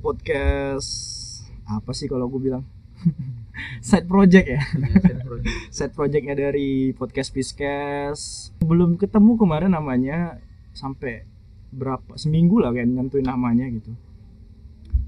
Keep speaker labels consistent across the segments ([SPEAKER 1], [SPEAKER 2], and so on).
[SPEAKER 1] podcast apa sih kalau gue bilang side project ya
[SPEAKER 2] Iya,
[SPEAKER 1] side projectnya dari podcast Piskes belum ketemu kemarin namanya sampai berapa seminggu lah kayak nentuin namanya gitu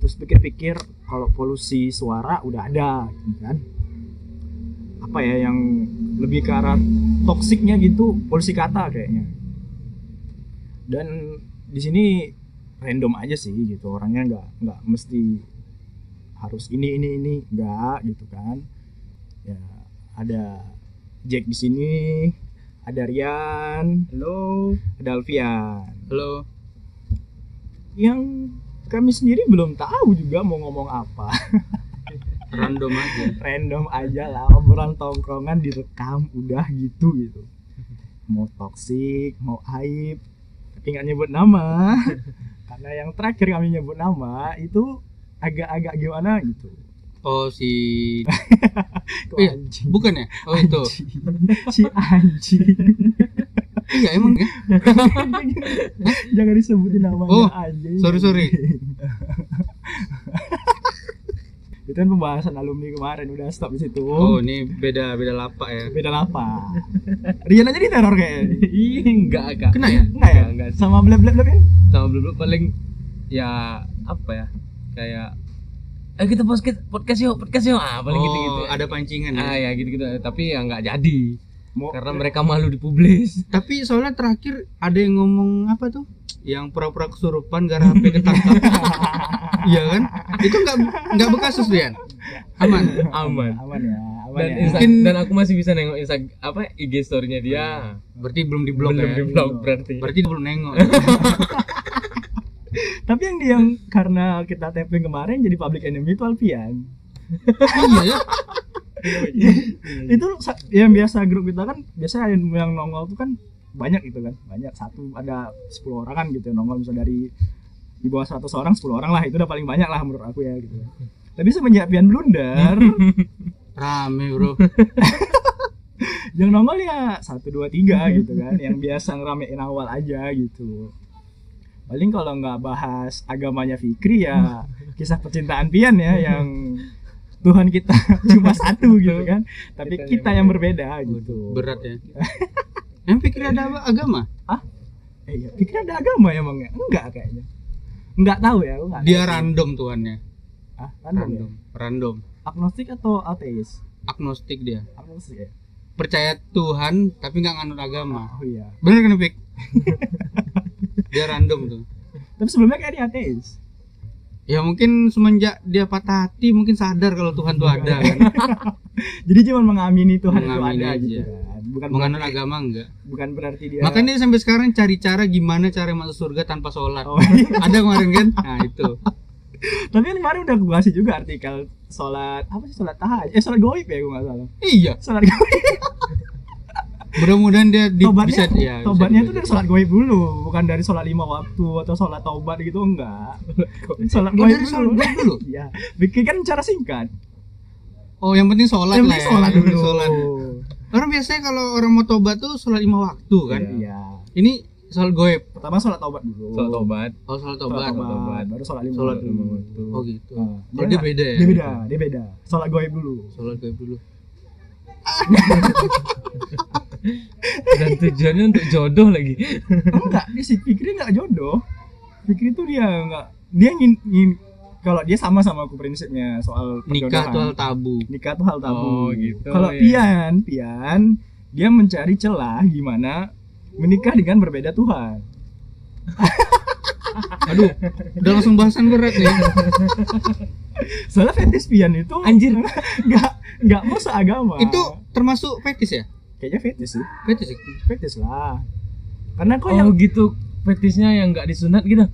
[SPEAKER 1] terus pikir-pikir kalau polusi suara udah ada gitu kan apa ya yang lebih ke arah toksiknya gitu polusi kata kayaknya dan di sini random aja sih gitu orangnya nggak nggak mesti harus ini ini ini nggak gitu kan ya ada Jack di sini ada Rian
[SPEAKER 3] Halo.
[SPEAKER 1] ada Alfian
[SPEAKER 3] Halo.
[SPEAKER 1] yang kami sendiri belum tahu juga mau ngomong apa
[SPEAKER 3] Random aja.
[SPEAKER 1] random aja lah obrolan tongkrongan direkam udah gitu gitu mau toksik mau aib tapi nggak nyebut nama karena yang terakhir kami nyebut nama itu agak-agak gimana gitu
[SPEAKER 3] Oh si
[SPEAKER 1] Kok
[SPEAKER 3] Iya,
[SPEAKER 1] anjing
[SPEAKER 3] bukan ya? Oh itu.
[SPEAKER 1] Anjing. si anjing
[SPEAKER 3] Iya emang ya.
[SPEAKER 1] jangan disebutin namanya
[SPEAKER 3] Oh,
[SPEAKER 1] anjing
[SPEAKER 3] sorry, sorry.
[SPEAKER 1] itu kan pembahasan alumni kemarin udah stop di situ
[SPEAKER 3] Oh ini beda beda lapak ya.
[SPEAKER 1] beda apa Rian aja di teror kayaknya
[SPEAKER 2] Ih, enggak enggak.
[SPEAKER 3] Kena ya?
[SPEAKER 1] Enggak ya?
[SPEAKER 2] Enggak, enggak.
[SPEAKER 1] Sama blab blab blab ya?
[SPEAKER 2] Sama dulu paling ya apa ya? Kayak eh kita podcast podcast yuk, podcast yuk. Ah, paling
[SPEAKER 3] oh,
[SPEAKER 2] gitu-gitu. ya.
[SPEAKER 3] ada pancingan ya.
[SPEAKER 2] ah ya gitu-gitu tapi ya enggak jadi
[SPEAKER 1] Mau
[SPEAKER 2] karena mereka malu dipublis.
[SPEAKER 3] Tapi soalnya terakhir ada yang ngomong apa tuh? Yang pura-pura kesurupan gara HP ketangkap. Iya kan? Itu nggak nggak bekasus Rian. Aman.
[SPEAKER 2] Aman.
[SPEAKER 1] aman ya, aman
[SPEAKER 2] Dan,
[SPEAKER 1] ya.
[SPEAKER 2] Insta-
[SPEAKER 3] Mungkin-
[SPEAKER 2] dan aku masih bisa nengok Insta apa IG story-nya dia.
[SPEAKER 3] Berarti belum di blok
[SPEAKER 2] Belum
[SPEAKER 3] ya.
[SPEAKER 2] di vlog berarti.
[SPEAKER 3] Berarti belum nengok.
[SPEAKER 1] Tapi yang di- yang karena kita tapping kemarin jadi public enemy itu Alfian.
[SPEAKER 3] iya ya.
[SPEAKER 1] itu sa- yang biasa grup kita kan biasanya yang, yang nongol tuh kan banyak gitu kan banyak satu ada 10 orang kan gitu yang nongol misalnya dari di bawah 100 orang 10 orang lah itu udah paling banyak lah menurut aku ya gitu tapi semenjak Pian blunder
[SPEAKER 3] Rame, Bro.
[SPEAKER 1] yang nongol ya satu dua tiga gitu kan yang biasa ngeramein awal aja gitu paling kalau nggak bahas agamanya Fikri ya kisah percintaan Pian ya yang Tuhan kita cuma satu gitu kan tapi kita yang berbeda gitu
[SPEAKER 3] Berat ya. Yang pikir ada apa? Agama?
[SPEAKER 1] Eh, ya, pikir ada agama emangnya? Enggak kayaknya. Enggak tahu ya, aku enggak.
[SPEAKER 3] Dia
[SPEAKER 1] tahu.
[SPEAKER 3] random tuannya.
[SPEAKER 1] Ah, random. ya?
[SPEAKER 3] Random. Random.
[SPEAKER 1] Agnostik atau ateis?
[SPEAKER 3] Agnostik dia.
[SPEAKER 1] Agnostik ya.
[SPEAKER 3] Percaya Tuhan tapi nggak nganut
[SPEAKER 1] Oh
[SPEAKER 3] agama.
[SPEAKER 1] iya.
[SPEAKER 3] Bener kan Pik? dia random tuh.
[SPEAKER 1] Tapi sebelumnya kayak dia ateis.
[SPEAKER 3] Ya mungkin semenjak dia patah hati mungkin sadar kalau Tuhan tuh ada
[SPEAKER 1] Iya.
[SPEAKER 3] kan.
[SPEAKER 1] Jadi cuma mengamini Tuhan
[SPEAKER 3] Mengamini
[SPEAKER 1] itu ada
[SPEAKER 3] aja.
[SPEAKER 1] gitu kan. Bukan
[SPEAKER 3] Menganut agama enggak.
[SPEAKER 1] bukan berarti dia
[SPEAKER 3] Makanya dia sampai sekarang cari cara gimana cara masuk surga tanpa sholat.
[SPEAKER 1] Oh, iya.
[SPEAKER 3] Ada kemarin kan? Nah itu.
[SPEAKER 1] Tapi kan kemarin udah gue kasih juga artikel sholat apa sih sholat tahajud? Eh sholat goib ya gue nggak salah.
[SPEAKER 3] Iya.
[SPEAKER 1] Sholat goib.
[SPEAKER 3] Mudah-mudahan dia di,
[SPEAKER 1] tobatnya,
[SPEAKER 3] bisa ya. bisa
[SPEAKER 1] tobatnya itu
[SPEAKER 3] dibeli.
[SPEAKER 1] dari sholat goib dulu, bukan dari sholat lima waktu atau sholat taubat gitu enggak. Sholat
[SPEAKER 3] Oh,
[SPEAKER 1] goib
[SPEAKER 3] dari sholat
[SPEAKER 1] dulu.
[SPEAKER 3] goib dulu.
[SPEAKER 1] Iya, bikin kan cara singkat.
[SPEAKER 3] Oh yang penting sholat
[SPEAKER 1] Yang
[SPEAKER 3] lah.
[SPEAKER 1] penting
[SPEAKER 3] ya.
[SPEAKER 1] sholat
[SPEAKER 3] Yang penting
[SPEAKER 1] dulu.
[SPEAKER 3] Sholat. Orang biasanya kalau orang mau tobat tuh sholat lima waktu kan.
[SPEAKER 1] Iya.
[SPEAKER 3] Ini sholat goib.
[SPEAKER 1] Pertama sholat taubat dulu.
[SPEAKER 2] Soal tobat.
[SPEAKER 3] Oh
[SPEAKER 1] Sholat
[SPEAKER 3] sholat tobat.
[SPEAKER 1] taubat,
[SPEAKER 2] taubat.
[SPEAKER 1] Baru sholat lima
[SPEAKER 3] Sholat
[SPEAKER 1] waktu.
[SPEAKER 3] lima
[SPEAKER 2] waktu.
[SPEAKER 3] Oh gitu.
[SPEAKER 1] Nah,
[SPEAKER 3] Kalau dia
[SPEAKER 1] nggak-
[SPEAKER 3] beda ya.
[SPEAKER 1] Dia beda, dia beda. Sholat goib dulu.
[SPEAKER 3] Sholat goib dulu.
[SPEAKER 2] Dan tujuannya untuk jodoh lagi.
[SPEAKER 1] enggak, dia sih pikirnya enggak jodoh. Pikir itu dia enggak dia ingin, ingin kalau dia sama sama aku prinsipnya soal perjodohan.
[SPEAKER 3] Nikah tuh hal tabu.
[SPEAKER 1] nikah tuh hal tabu.
[SPEAKER 2] Oh, gitu,
[SPEAKER 1] Kalau
[SPEAKER 2] ya.
[SPEAKER 1] pian, pian dia mencari celah gimana menikah dengan berbeda Tuhan.
[SPEAKER 3] Aduh, udah langsung bahasan berat nih.
[SPEAKER 1] Soalnya fetish pian itu
[SPEAKER 2] Anjir.
[SPEAKER 1] enggak enggak mau seagama.
[SPEAKER 3] itu termasuk fetis ya?
[SPEAKER 1] kayaknya fetish sih.
[SPEAKER 3] Fetis ya?
[SPEAKER 1] Fetish lah. Karena kok
[SPEAKER 2] Oh
[SPEAKER 1] yang
[SPEAKER 2] gitu fetisnya yang nggak disunat gitu.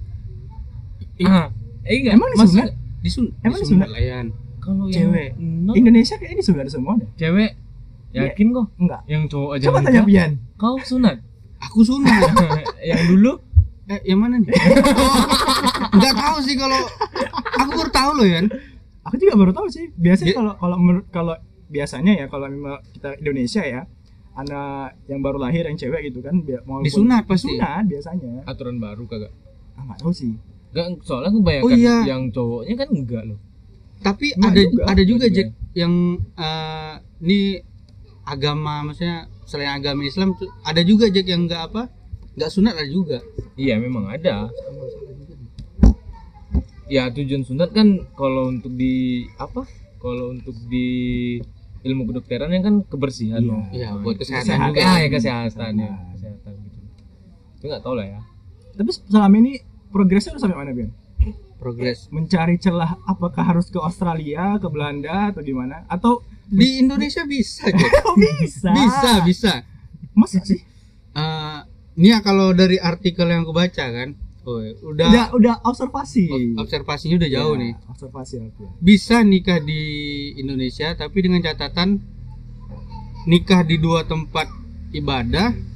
[SPEAKER 3] I-
[SPEAKER 2] Ah, eh enggak.
[SPEAKER 1] Emang disunat?
[SPEAKER 3] Disun
[SPEAKER 1] Emang disunat?
[SPEAKER 3] layan.
[SPEAKER 2] Kalau yang
[SPEAKER 3] Cewek.
[SPEAKER 2] no,
[SPEAKER 1] Indonesia kayaknya ini sebenarnya semua deh.
[SPEAKER 2] cewek yakin kok
[SPEAKER 1] Enggak.
[SPEAKER 2] yang cowok aja
[SPEAKER 1] Iya. Coba
[SPEAKER 2] enggak.
[SPEAKER 1] tanya pian.
[SPEAKER 2] Kau sunat?
[SPEAKER 3] Aku sunat.
[SPEAKER 2] yang dulu
[SPEAKER 3] eh, yang mana nih? Enggak tahu sih kalau aku baru tahu loh ya.
[SPEAKER 1] Aku juga baru tahu sih. Biasanya
[SPEAKER 3] Dia-
[SPEAKER 1] kalau kalau menurut kalau biasanya ya kalau memang kita Indonesia ya anak yang baru lahir yang cewek gitu kan bi- maupun
[SPEAKER 3] Disunat pasti.
[SPEAKER 1] disunat biasanya
[SPEAKER 2] aturan baru kagak.
[SPEAKER 1] ah nggak tahu sih
[SPEAKER 2] Gak, soalnya aku bayangkan
[SPEAKER 3] Oh, iya.
[SPEAKER 2] yang cowoknya kan enggak loh.
[SPEAKER 3] tapi
[SPEAKER 1] Enggak
[SPEAKER 3] ada
[SPEAKER 1] juga.
[SPEAKER 3] ada juga
[SPEAKER 2] Enggak
[SPEAKER 3] Jack yang eh, ini agama maksudnya selain agama Islam tuh ada juga Jack yang nggak apa nggak sunat ada juga
[SPEAKER 2] Iya memang ada. Ya tujuan sunat kan kalau untuk di apa? Kalau untuk di ilmu kedokteran yang kan kebersihan
[SPEAKER 1] Iya.
[SPEAKER 2] loh.
[SPEAKER 3] Iya, buat kesehatan
[SPEAKER 2] Kesehatan.
[SPEAKER 3] juga.
[SPEAKER 2] Ah, ya kesehatan ya,
[SPEAKER 1] Kesehatan.
[SPEAKER 2] kesehatan gitu. Itu nggak tahu lah ya.
[SPEAKER 1] Tapi selama ini progresnya udah sampai mana, Bian?
[SPEAKER 3] progres
[SPEAKER 1] Mencari celah apakah harus ke Australia, ke Belanda atau di mana? Atau
[SPEAKER 3] di Indonesia bisa Jack
[SPEAKER 1] Oh, bisa.
[SPEAKER 3] bisa bisa
[SPEAKER 1] Masa sih?
[SPEAKER 3] Eh, ini ya kalau dari artikel yang aku baca kan oh, udah,
[SPEAKER 1] Udah udah observasi.
[SPEAKER 3] observasinya udah jauh
[SPEAKER 1] Ya,
[SPEAKER 3] nih
[SPEAKER 1] Observasi aku.
[SPEAKER 3] bisa nikah di Indonesia tapi dengan catatan nikah di dua tempat ibadah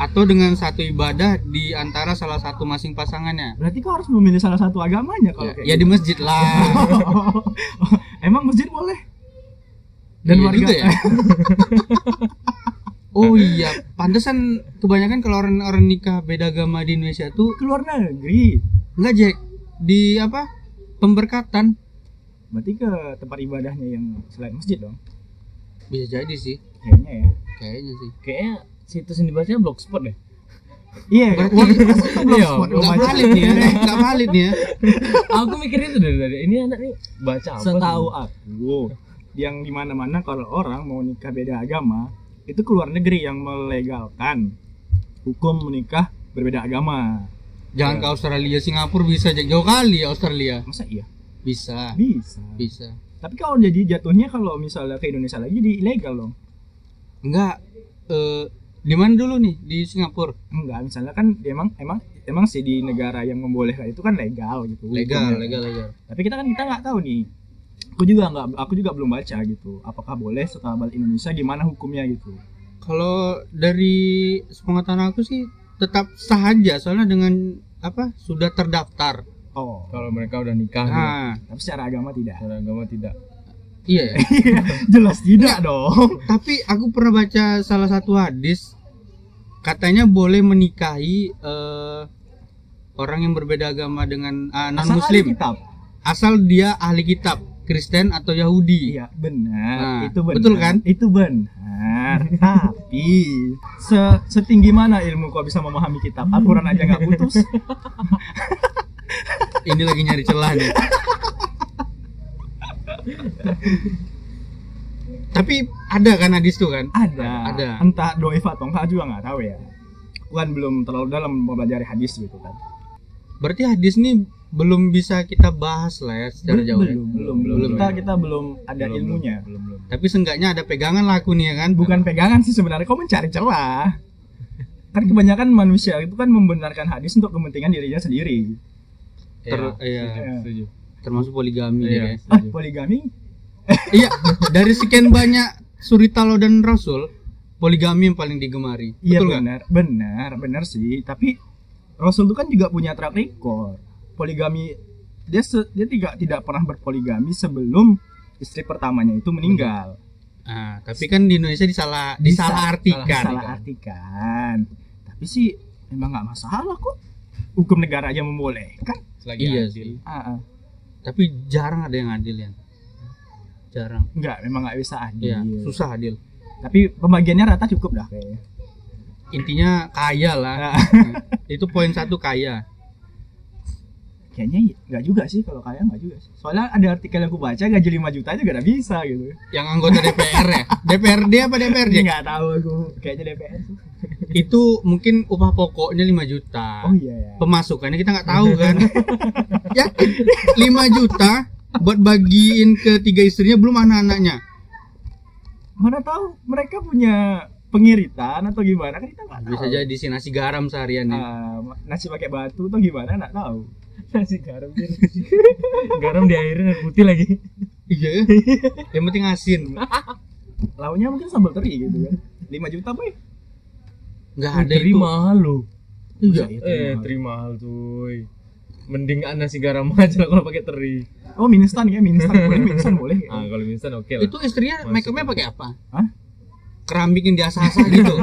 [SPEAKER 3] atau dengan satu ibadah di antara salah satu masing pasangannya.
[SPEAKER 1] Berarti kau harus memilih salah satu agamanya kalau
[SPEAKER 3] Ya,
[SPEAKER 1] kayak gitu.
[SPEAKER 3] ya di masjid lah.
[SPEAKER 1] Emang masjid boleh? Dan
[SPEAKER 3] Iya
[SPEAKER 1] warga
[SPEAKER 3] juga ya. oh iya, pantesan kebanyakan kalau orang-orang nikah beda agama di Indonesia tuh
[SPEAKER 1] keluar negeri.
[SPEAKER 3] enggak Jack di apa? Pemberkatan
[SPEAKER 1] Berarti ke tempat ibadahnya yang selain masjid dong.
[SPEAKER 3] bisa jadi sih,
[SPEAKER 1] Kayaknya ya.
[SPEAKER 3] kayaknya sih.
[SPEAKER 2] Kayaknya situs yang dibacanya blogspot deh.
[SPEAKER 1] Iya,
[SPEAKER 3] Berarti-
[SPEAKER 1] word- itu belum
[SPEAKER 2] Iya,
[SPEAKER 1] spot, belum
[SPEAKER 3] Enggak
[SPEAKER 1] baca.
[SPEAKER 3] valid nih ya, enggak valid nih ya.
[SPEAKER 2] aku mikir itu dari tadi. Ini anak nih baca apa? gitu.
[SPEAKER 1] Setahu aku, yang dimana mana kalau orang mau nikah beda agama, itu keluar negeri yang melegalkan hukum menikah berbeda agama.
[SPEAKER 3] Jangan ke Australia, Singapura bisa Jack jauh kali ya Australia.
[SPEAKER 1] Masa iya?
[SPEAKER 3] Bisa,
[SPEAKER 1] Bisa.
[SPEAKER 3] bisa.
[SPEAKER 1] Tapi kalau jadi jatuhnya kalau misalnya ke Indonesia lagi jadi ilegal dong.
[SPEAKER 3] Enggak. Eh, di mana dulu nih? Di Singapura.
[SPEAKER 1] Enggak, misalnya kan emang emang emang sih di negara yang membolehkan itu kan legal gitu.
[SPEAKER 3] Legal,
[SPEAKER 1] hukumnya.
[SPEAKER 3] legal, legal.
[SPEAKER 1] Tapi kita kan kita nggak tahu nih. Aku juga nggak, aku juga belum baca gitu. Apakah boleh setelah balik Indonesia gimana hukumnya gitu?
[SPEAKER 3] Kalau dari sepengetahuan aku sih tetap sah aja soalnya dengan apa? Sudah terdaftar.
[SPEAKER 1] Oh,
[SPEAKER 2] Kalau mereka udah nikah, gitu.
[SPEAKER 3] Nah,
[SPEAKER 1] tapi secara agama tidak.
[SPEAKER 2] secara agama tidak.
[SPEAKER 3] iya. ya.
[SPEAKER 1] Jelas tidak dong.
[SPEAKER 3] Tapi aku pernah baca salah satu hadis katanya boleh menikahi eh, orang yang berbeda agama dengan non
[SPEAKER 1] Asal ahli
[SPEAKER 3] muslim
[SPEAKER 1] kitab.
[SPEAKER 3] asal dia ahli kitab Kristen atau Yahudi.
[SPEAKER 1] Iya, benar.
[SPEAKER 3] Nah,
[SPEAKER 1] itu benar.
[SPEAKER 3] betul kan?
[SPEAKER 1] Itu benar. Tapi se- setinggi mana ilmu kau bisa memahami kitab? Al-Qur'an aja nggak putus.
[SPEAKER 3] Ini lagi nyari celah nih. Tapi ada kan hadis tuh kan?
[SPEAKER 1] Ada.
[SPEAKER 3] Ada.
[SPEAKER 1] Entah doif atau enggak juga nggak tahu ya. Aku kan belum terlalu dalam mempelajari hadis gitu kan.
[SPEAKER 3] Berarti hadis nih belum bisa kita bahas lah ya secara
[SPEAKER 1] Belum,
[SPEAKER 3] jauh. ya.
[SPEAKER 1] belum, belum, belum,
[SPEAKER 3] Belum,
[SPEAKER 1] Kita
[SPEAKER 3] ya.
[SPEAKER 1] kita belum ada
[SPEAKER 2] Belum,
[SPEAKER 1] ilmunya.
[SPEAKER 2] Belum belum.
[SPEAKER 3] Tapi seenggaknya ada pegangan lah aku nih ya kan.
[SPEAKER 1] bukan pegangan sih sebenarnya kau mencari celah kan kebanyakan manusia itu kan membenarkan hadis untuk kepentingan dirinya sendiri Ya.
[SPEAKER 3] Ter- iya,
[SPEAKER 2] setuju, setuju.
[SPEAKER 3] termasuk poligami
[SPEAKER 2] Iya,
[SPEAKER 3] ya.
[SPEAKER 1] ah,
[SPEAKER 2] setuju.
[SPEAKER 1] poligami
[SPEAKER 3] iya, dari sekian banyak suri talo dan rasul, poligami yang paling digemari.
[SPEAKER 1] iya
[SPEAKER 3] Betul nggak?
[SPEAKER 1] benar benar benar sih tapi Rasul itu kan juga punya track record poligami dia se- dia tidak tidak pernah berpoligami sebelum istri pertamanya itu meninggal
[SPEAKER 3] Ah, tapi kan di Indonesia disalah kan,
[SPEAKER 1] Bisa.
[SPEAKER 3] disalah artikan.
[SPEAKER 1] salah artikan tapi sih emang nggak masalah kok hukum negara aja membolehkan
[SPEAKER 2] Selagi
[SPEAKER 3] Iya
[SPEAKER 2] adil.
[SPEAKER 3] sih.
[SPEAKER 1] ah, ah.
[SPEAKER 3] Tapi jarang ada yang adil ya. Jarang.
[SPEAKER 1] nggak memang nggak bisa adil
[SPEAKER 3] Iya, susah adil.
[SPEAKER 1] tapi pembagiannya rata cukup dah kayaknya
[SPEAKER 3] Intinya kaya lah. Nah,
[SPEAKER 1] Ah.
[SPEAKER 3] Itu poin satu kaya.
[SPEAKER 1] kayaknya nggak juga sih kalau kaya nggak juga sih soalnya ada artikel yang aku baca gaji 5 juta aja gak bisa gitu
[SPEAKER 3] Yang anggota DPR ya. DPRD apa DPRD?
[SPEAKER 1] nggak tahu aku kayaknya DPR sih
[SPEAKER 3] Itu mungkin upah pokoknya 5 juta.
[SPEAKER 1] oh iya ya
[SPEAKER 3] Pemasukannya kita nggak tahu kan. Yakin 5 juta buat bagiin ke tiga istrinya belum anak-anaknya.
[SPEAKER 1] mana tahu mereka punya pengiritan atau gimana kan kita nggak tahu
[SPEAKER 3] Bisa jadi sih nasi garam seharian ya.
[SPEAKER 1] Ah, nasi pakai batu atau gimana nggak tahu
[SPEAKER 2] Nasi garam dia. garam di airnya putih lagi.
[SPEAKER 3] Iya. ya. Yang penting asin.
[SPEAKER 1] lauknya mungkin sambal teri gitu kan 5 juta boy
[SPEAKER 3] Nggak ada itu.
[SPEAKER 2] Terima lo.
[SPEAKER 1] iya
[SPEAKER 2] Eh, terima hal cuy. Mending ah, nasi garam aja lah kalau pakai teri.
[SPEAKER 1] oh ministan ya ministan boleh ministan boleh ya.
[SPEAKER 2] Ah, kalau instan oke lah.
[SPEAKER 3] Itu istrinya
[SPEAKER 2] Masuk.
[SPEAKER 3] make upnya pakai apa?
[SPEAKER 1] Hah?
[SPEAKER 3] Keramik yang diasah-asah gitu.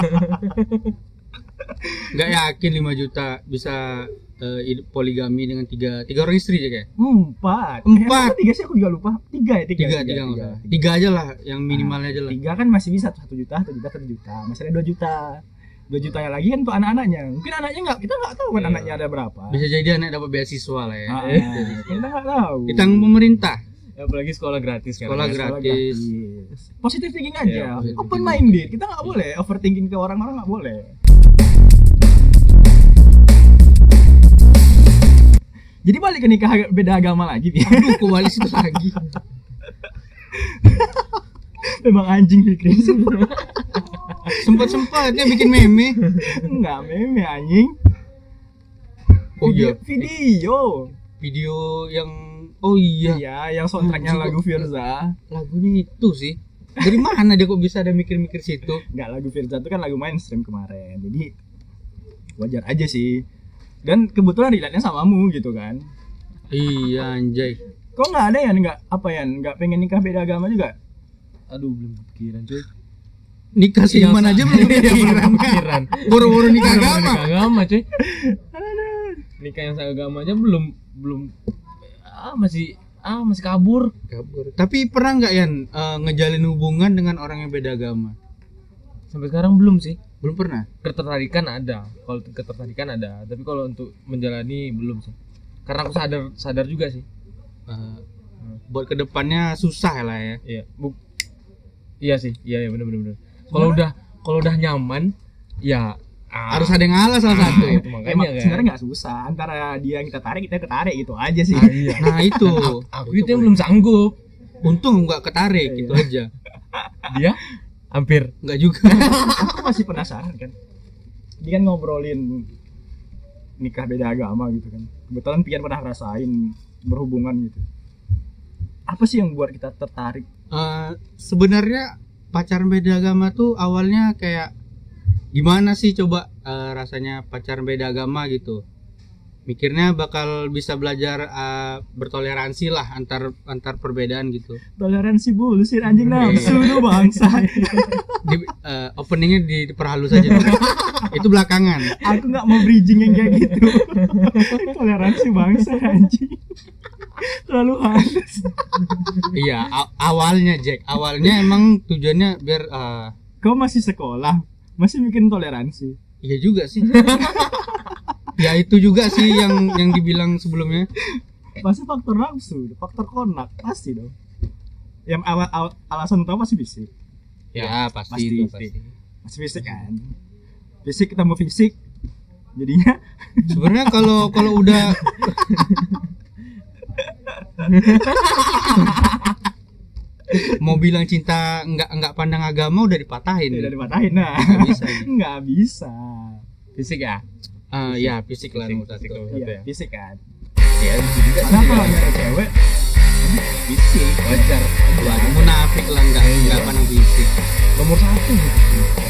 [SPEAKER 3] nggak yakin 5 juta bisa eh, id- poligami dengan tiga tiga orang istri aja kayak
[SPEAKER 1] Empat.
[SPEAKER 3] Empat.
[SPEAKER 1] Eh, tiga sih aku juga lupa. Tiga ya tiga.
[SPEAKER 3] tiga tiga nggak
[SPEAKER 1] tiga,
[SPEAKER 3] usah. tiga aja lah yang minimalnya aja lah
[SPEAKER 1] Tiga kan masih bisa satu juta, satu juta, satu juta. Masalahnya dua juta. Dua jutanya lagi kan untuk anak-anaknya. Mungkin anaknya nggak kita nggak tahu kan
[SPEAKER 2] Iya.
[SPEAKER 1] anaknya ada berapa.
[SPEAKER 3] bisa jadi anak dapat beasiswa lah ya
[SPEAKER 1] Ah, kita nggak tahu.
[SPEAKER 3] Ditanggung pemerintah
[SPEAKER 2] apalagi sekolah gratis kan
[SPEAKER 3] Sekolah
[SPEAKER 1] Sekolah
[SPEAKER 3] gratis.
[SPEAKER 1] Positive thinking
[SPEAKER 2] Iya,
[SPEAKER 1] aja.
[SPEAKER 3] positive
[SPEAKER 1] Open minded. Kita nggak boleh overthinking ke orang-orang nggak boleh. Jadi balik ke nikah ag- beda agama lagi nih.
[SPEAKER 3] aduh kok balik situ lagi
[SPEAKER 1] Memang anjing Fikri.
[SPEAKER 3] sempat sempatnya bikin meme
[SPEAKER 1] Enggak meme anjing.
[SPEAKER 3] oh iya
[SPEAKER 1] Video.
[SPEAKER 3] video yang oh iya
[SPEAKER 1] Iya, yang soundtracknya
[SPEAKER 3] Anjing,
[SPEAKER 1] lagu
[SPEAKER 3] kok-
[SPEAKER 1] Firza.
[SPEAKER 3] lagunya itu sih dari mana dia kok bisa ada mikir-mikir situ
[SPEAKER 1] Enggak lagu Firza itu kan lagu mainstream kemarin. Jadi wajar aja sih. Dan kebetulan relate-nya samamu gitu kan.
[SPEAKER 3] iya anjay
[SPEAKER 1] Kok nggak ada yang nggak apa ya nggak pengen nikah beda agama juga?
[SPEAKER 2] aduh belum kepikiran cuy
[SPEAKER 3] nikah sih
[SPEAKER 2] Yang
[SPEAKER 3] gimana aja Iya, belum kepikiran
[SPEAKER 2] kepikiran
[SPEAKER 3] boro-boro nikah agama
[SPEAKER 2] nikah agama cuy nikah yang seagama aja belum belum ah masih ah masih kabur
[SPEAKER 3] Kabur. tapi pernah nggak Yan eh, ngejalin hubungan dengan orang yang beda agama
[SPEAKER 2] sampai sekarang belum sih
[SPEAKER 3] belum pernah
[SPEAKER 2] ketertarikan ada kalau ketertarikan ada tapi kalau untuk menjalani belum sih karena aku sadar sadar juga sih
[SPEAKER 3] Eh, buat kedepannya susah lah ya
[SPEAKER 2] iya bu iya sih iya iya benar benar benar kalau udah kalau udah nyaman ya ah,
[SPEAKER 3] harus ada yang ngalah salah satu
[SPEAKER 2] itu
[SPEAKER 1] Eh,
[SPEAKER 2] makanya
[SPEAKER 1] mak-
[SPEAKER 2] kan
[SPEAKER 1] sebenarnya nggak susah antara dia yang kita tarik kita ketarik gitu aja sih.
[SPEAKER 2] Ah, iya.
[SPEAKER 3] nah itu
[SPEAKER 2] aku itu yang belum sanggup
[SPEAKER 3] untung nggak ketarik
[SPEAKER 1] Iya.
[SPEAKER 3] gitu aja
[SPEAKER 2] dia ya. hampir
[SPEAKER 3] nggak juga
[SPEAKER 1] Aku masih penasaran kan. Dia kan ngobrolin nikah beda agama gitu kan. Kebetulan pian pernah rasain berhubungan gitu. Apa sih yang buat kita tertarik?
[SPEAKER 3] Eh, sebenarnya pacaran beda agama tuh awalnya kayak gimana sih coba eh, rasanya pacaran beda agama gitu mikirnya bakal bisa belajar eh, bertoleransi lah antar antar perbedaan gitu
[SPEAKER 1] Toleransi bullshit anjing
[SPEAKER 2] Iya.
[SPEAKER 1] nafsu lu bangsa.
[SPEAKER 3] Di- eh, openingnya di, diperhalus aja itu belakangan
[SPEAKER 1] Aku nggak mau bridging yang kayak gitu. Toleransi bangsa anjing. Terlalu halus.
[SPEAKER 3] iya a- awalnya Jack awalnya emang tujuannya biar eh,
[SPEAKER 1] Kau masih sekolah, masih bikin toleransi.
[SPEAKER 3] iya juga sih ya itu juga sih yang yang dibilang sebelumnya
[SPEAKER 1] pasti faktor nafsu faktor konak pasti dong yang awal, awal- alasan utama pasti fisik
[SPEAKER 3] ya,
[SPEAKER 1] pasti,
[SPEAKER 3] pasti, itu,
[SPEAKER 1] pasti.
[SPEAKER 3] pasti.
[SPEAKER 1] pasti fisik kan fisik ketemu fisik jadinya
[SPEAKER 3] sebenarnya kalau kalau udah mau bilang cinta nggak nggak pandang agama Iya, udah dipatahin
[SPEAKER 1] tidak dipatahin nah
[SPEAKER 3] Nggak bisa nih.
[SPEAKER 1] nggak bisa
[SPEAKER 2] fisik ya
[SPEAKER 3] Ah, ya fisik lah nomor
[SPEAKER 2] Fisik,
[SPEAKER 3] satu.
[SPEAKER 2] fisik. Satu
[SPEAKER 1] iya
[SPEAKER 2] ya?
[SPEAKER 1] fisik kan
[SPEAKER 2] ya itu juga
[SPEAKER 1] karena kalau nyari cewek
[SPEAKER 2] fisik wajar
[SPEAKER 3] Wah, munafik lah nggak nggak pandang fisik
[SPEAKER 2] nomor satu gitu